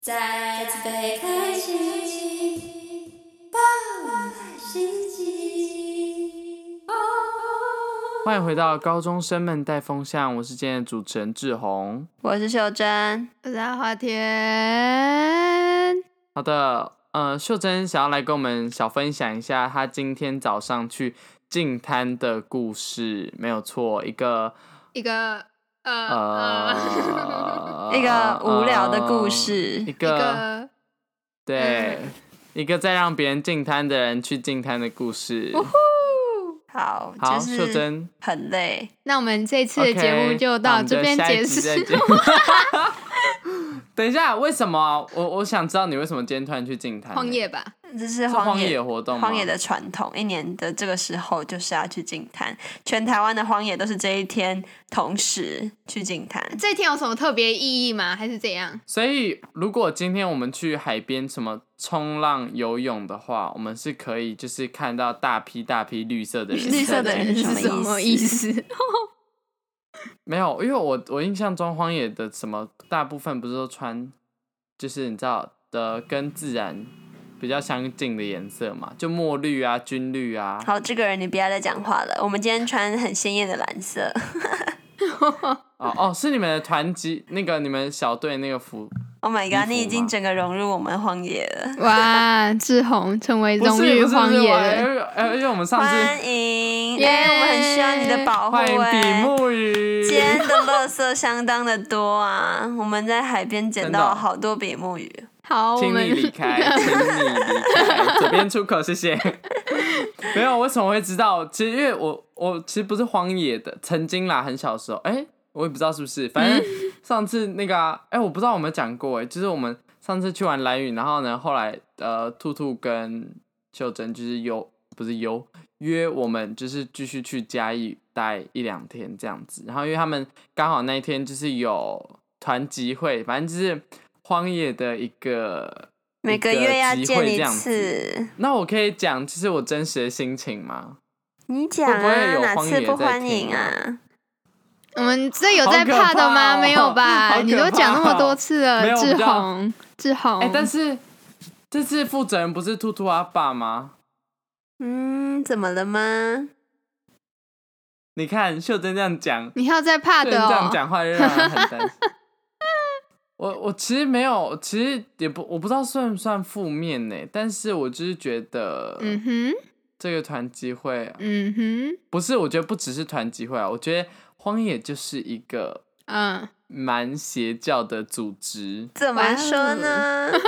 再次被开启，爆满心机。欢迎回到高中生们带风向，我是今天的主持人志宏。我是秀珍，大家花田，好的，呃，秀珍想要来跟我们小分享一下她今天早上去进滩的故事，没有错，一个一个呃呃 一个无聊的故事一一个嗯个对，一个在让别人进滩的人去进滩的故事。好，好，就秀是珍，很累，那我们这次的节目 OK，就那我到们这边下一结集再束。见 等一下，为什么啊、我我想知道你为什么今天突然去进滩呢？ 荒野吧，这是是荒荒野野活动吗？荒野的传统，一年的这个时候就是要去净滩，全台湾的荒野都是这一天同时去净滩。这一天有什么特别意义吗？还是怎样？所以，如果今天我们去海边什么冲浪、游泳的话，我们是可以就是看到大批大批绿色的人。绿色的人是是什什么么意意思？没有，因为我我印象中荒野的什么大部分不是都穿，就是你知道的跟自然比较相近的颜色嘛，就墨绿啊、军绿啊。好，这个人你不要再讲话了。我们今天穿很鲜艳的蓝色，哦哦，是你们的团级那个你们小队那个服， Oh my 衣 god！服你已经吗整个融入我们荒野了，哇，志宏成为不是荣不誉是不荒是，野我人，哎哎因为我们上次欢迎！哎、耶我们很需要你的保护、欢迎比哎，目鱼，今天的垃圾相当的多啊，我们在海边捡真的到哦了好多比目鱼。好，我请们你离开，请你离开， 左边出口，谢谢。 没有，为什么会知道？其实因为我我其实不是荒野的，曾经啦，很小的时候，哎、我也不知道是不是，反 正上次那个、啊，哎、我不知道我们讲过、哎，就是我们上次去玩蓝屿，然后呢，后来呃，兔兔跟秀珍就是有不是有约我们，就是继续去嘉义待一两天这样子，然后因为他们刚好那一天就是有团集会，反正就是荒野的一个每一个个月要集见会一这样子。次，那我可以讲，这是我真实的心情吗？你讲会不会啊，有哪荒次野不在欢听迎啊啊？我们这有在好可怕怕的吗？哦没有吧？ 好可怕哦你都讲那么多次没了，有我志们就要宏，志宏，哎、但是这次负责人不是兔兔阿爸吗？嗯，怎么了吗？你看秀珍这样讲，你还有在怕秀的珍这样哦。讲话就让人很担心。我我其实没有，其实也不我不知道算不算负面呢、但是我就是觉得嗯哼，这个团机会、嗯哼，不是，我觉得不只是团集会啊，我觉得荒野就是一个嗯，蛮邪教的组织，怎哇么哦说呢？哦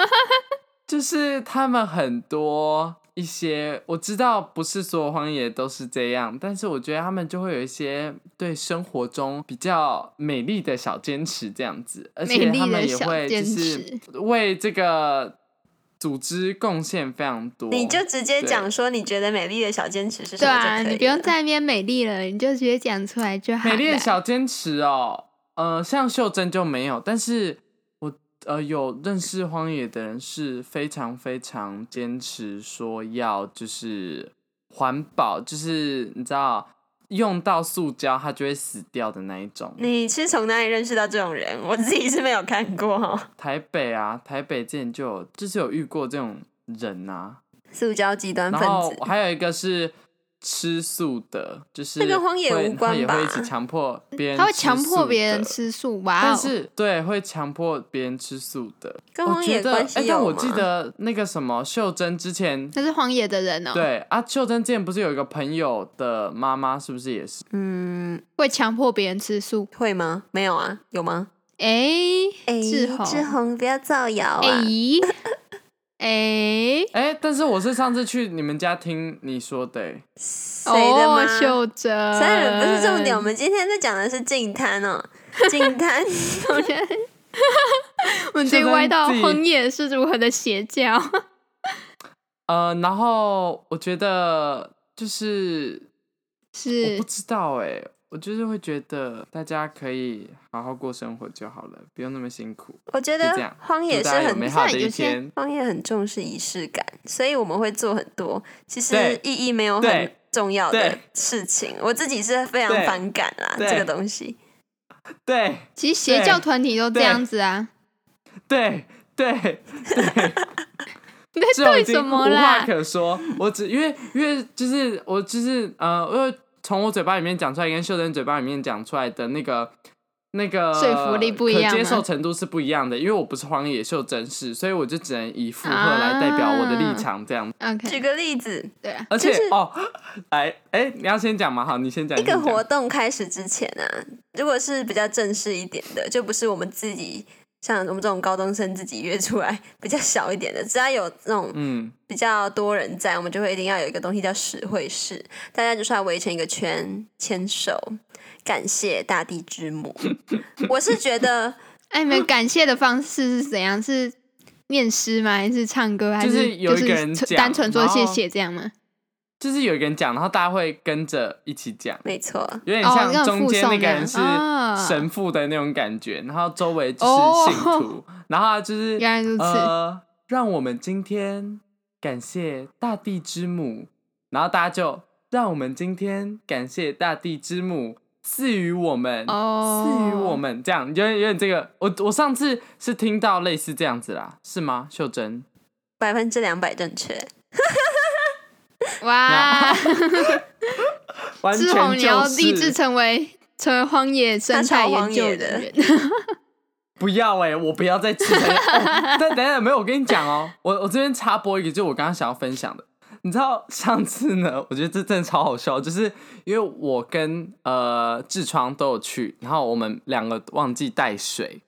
就是他们很多一些我知道不是所有荒野都是这样，但是我觉得他们就会有一些对生活中比较美丽的小坚持这样子，而且美丽他们的也小会就坚是为这个组织贡献非常多。你就直接对讲说你觉得美丽的小坚持是什对么就啊，可以你不用了在那边美丽了，你就直接讲出来就好 了。美丽的小坚持哦，呃，像秀珍就没有，但是我呃有认识荒野的人是非常非常坚持说要就是环保，就是你知道用到塑胶它就会死掉的那一种。你是从哪里认识到这种人？我自己是没有看 过。台北啊，台北之前就有就是有遇过这种人呐、塑胶极端啊，分然后子，还有一个是。吃素的，就是这跟荒野会无关他也吧会一起强迫别人，他会强迫别人。吃素，哇但哦！是对会强迫别人吃素的，跟我荒觉野得关系哎有但吗？我记得那个什么秀珍之前，那是荒野的人哦，对啊，秀珍之前不是有一个朋友的妈妈，是不是也是？嗯，会强迫别人吃素。会吗？没有啊，有吗？哎、哎志宏志宏，不要造谣啊！哎、 哎，哎，但是我是上次去你们家听你说的、哎谁的吗哦，？秀珍，三人不是重点，我们今天在讲的是净滩哦， 净滩。我觉得我们这歪到荒野是如何的邪教。 呃，然后我觉得就是我是不，知道哎、我就是会觉得大家可以好好过生活就好了，不用那么辛苦。我觉就这得样荒野祝是大家有美很好的像一有些天。荒野很重视仪式感，所以我们会做很多其实对意义没有很对重要的对事情。我自己是非常对反感啦，对这个东西。对其实邪教团体都这样子啊。对对，你在这种已 对经什无么话啦？可说。我只因为因为就是我就是呃，因为从我嘴巴里面讲出来跟秀珍嘴巴里面讲出来的那个那个说服力不一样吗可接受程度是不一样的。因为我不是荒野秀珍是，所以我就只能以附和来代表我的啊立场这样。举 OK，个例子，对啊，而且、就是哦，来，哎、你要先讲嘛，好，你先讲一个你先活讲动开始之前啊，如果是比较正式一点的，就不是我们自己像我们这种高中生自己约出来比较小一点的，只要有那种嗯，比较多人在，我们就会一定要有一个东西叫实会式，大家就是要围成一个圈，牵手，感谢大地之母。我是觉得 哎，你们感谢的方式是怎样？是念诗吗？还是唱歌？还就是有就一个人是讲单纯说然后谢谢这样吗？就是有一个人讲，然后大家会跟着一起讲。没错，有点哦像那种中间那附送个那样人是啊神父的那种感觉，然后周围就哦是信徒， 然后他就是 原来如此呃，让我们今天感谢大地之母，然后大家就让我们今天感谢大地之母赐予我们，哦赐予我们这样，有点有点这个，我我上次是听到类似这样子啦，是吗？秀珍，百分之两百正确。哦哇， 完全志宏，你要立就志是成为成为荒野生态研究人员。不要哎、我不要再吃了。哦但等等，没有，我跟你讲哦，我我这边插播一个，就我刚刚想要分享的。你知道上次呢？我觉得这真的超好笑，就是因为我跟呃痔疮都有去，然后我们两个忘记带水，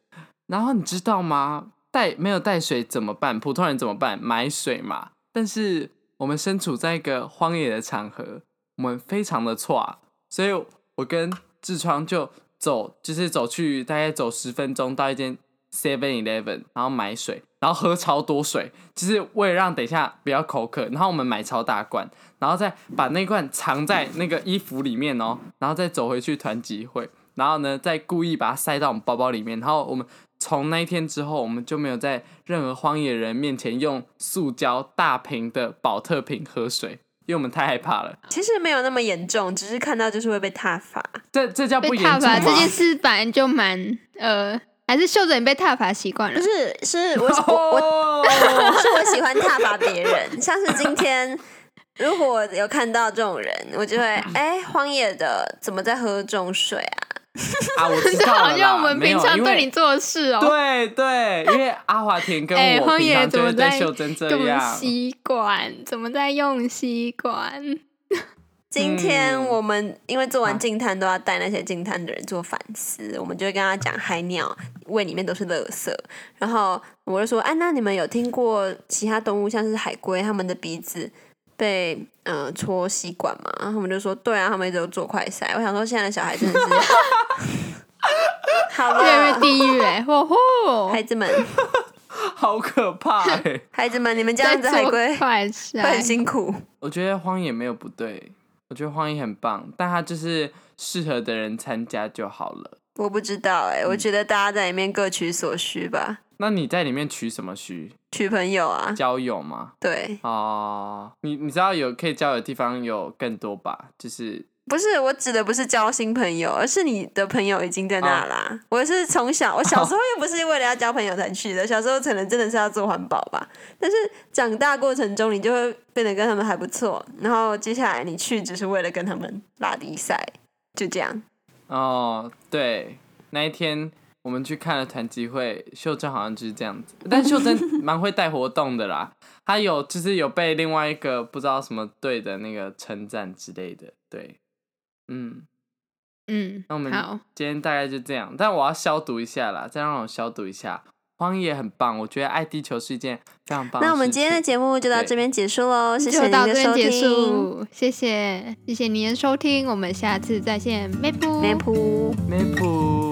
然后你知道吗？带没有带水怎么办？普通人怎么办？买水嘛。但是我们身处在一个荒野的场合，我们非常的错啊，所以我跟痔疮就走，就是走去大概走十分钟到一间 Seven Eleven，然后买水，然后喝超多水，就是为了让等一下不要口渴。然后我们买超大罐，然后再把那罐藏在那个衣服里面哦，然后再走回去团集会，然后呢再故意把它塞到我们包包里面。然后我们从那一天之后，我们就没有在任何荒野人面前用塑胶大瓶的保特瓶喝水，因为我们太害怕了。其实没有那么严重，只是看到就是会被踏伐。这这叫不被严踏重伐吗？这件事本来就蛮呃，还是秀着你被踏伐习惯了不。是，是 我我我哦，是我喜欢挞伐别人，像是今天。如果我有看到这种人，我就会哎、荒野的怎么在喝这种水啊？ 啊，我知这道了啦。 好像我们没有平常因对为你做的事 哦，对对，因为阿华田跟哎我荒平野常怎就么会对在秀珍这根本样，吸管怎么在用吸管？今天嗯我们因为做完啊净滩都要带那些净滩的人做反思，我们就会跟他讲海鸟胃里面都是垃圾，然后我就说，哎、那你们有听过其他动物像是海龟，它们的鼻子被呃戳吸管吗？然后他们就说，对啊，他们一直都做快塞。我想说，现在的小孩真的是好越来了越，地狱哎， 吼吼！孩子们， 好可怕哎、孩子们，你们这样子海龟会快吃，很辛苦。我觉得荒野没有不对，我觉得荒野很棒，但它就是适合的人参加就好了。我不知道哎、嗯我觉得大家在里面各取所需吧，那你在里面取什么需？取朋友啊，交友吗？对，哦，你你知道有可以交友的地方有更多吧？就是不是我指的不是交新朋友，而是你的朋友已经在哦那啦。我是从小，我小时候又不是为了要交朋友才去的，小时候可能真的是要做环保吧。但是长大过程中，你就会变得跟他们还不错，然后接下来你去只是为了跟他们拉低赛，就这样。哦，对，那一天我们去看了团集会，秀珍好像就是这样子，但 秀珍蛮会带活动的啦，她有就是有被另外一个不知道什么队的那个称赞之类的，对，嗯，嗯，那我们好，今天大概就这样，但我要消毒一下啦，再让我消毒一下，荒野很棒，我觉得爱地球是一件非哦常棒的事情。那我们今天的节目就到对这边结束喽，谢谢就您到这的边收结听。束，谢谢谢谢您的收听，我们下次再见，拜拜梅普。梅普。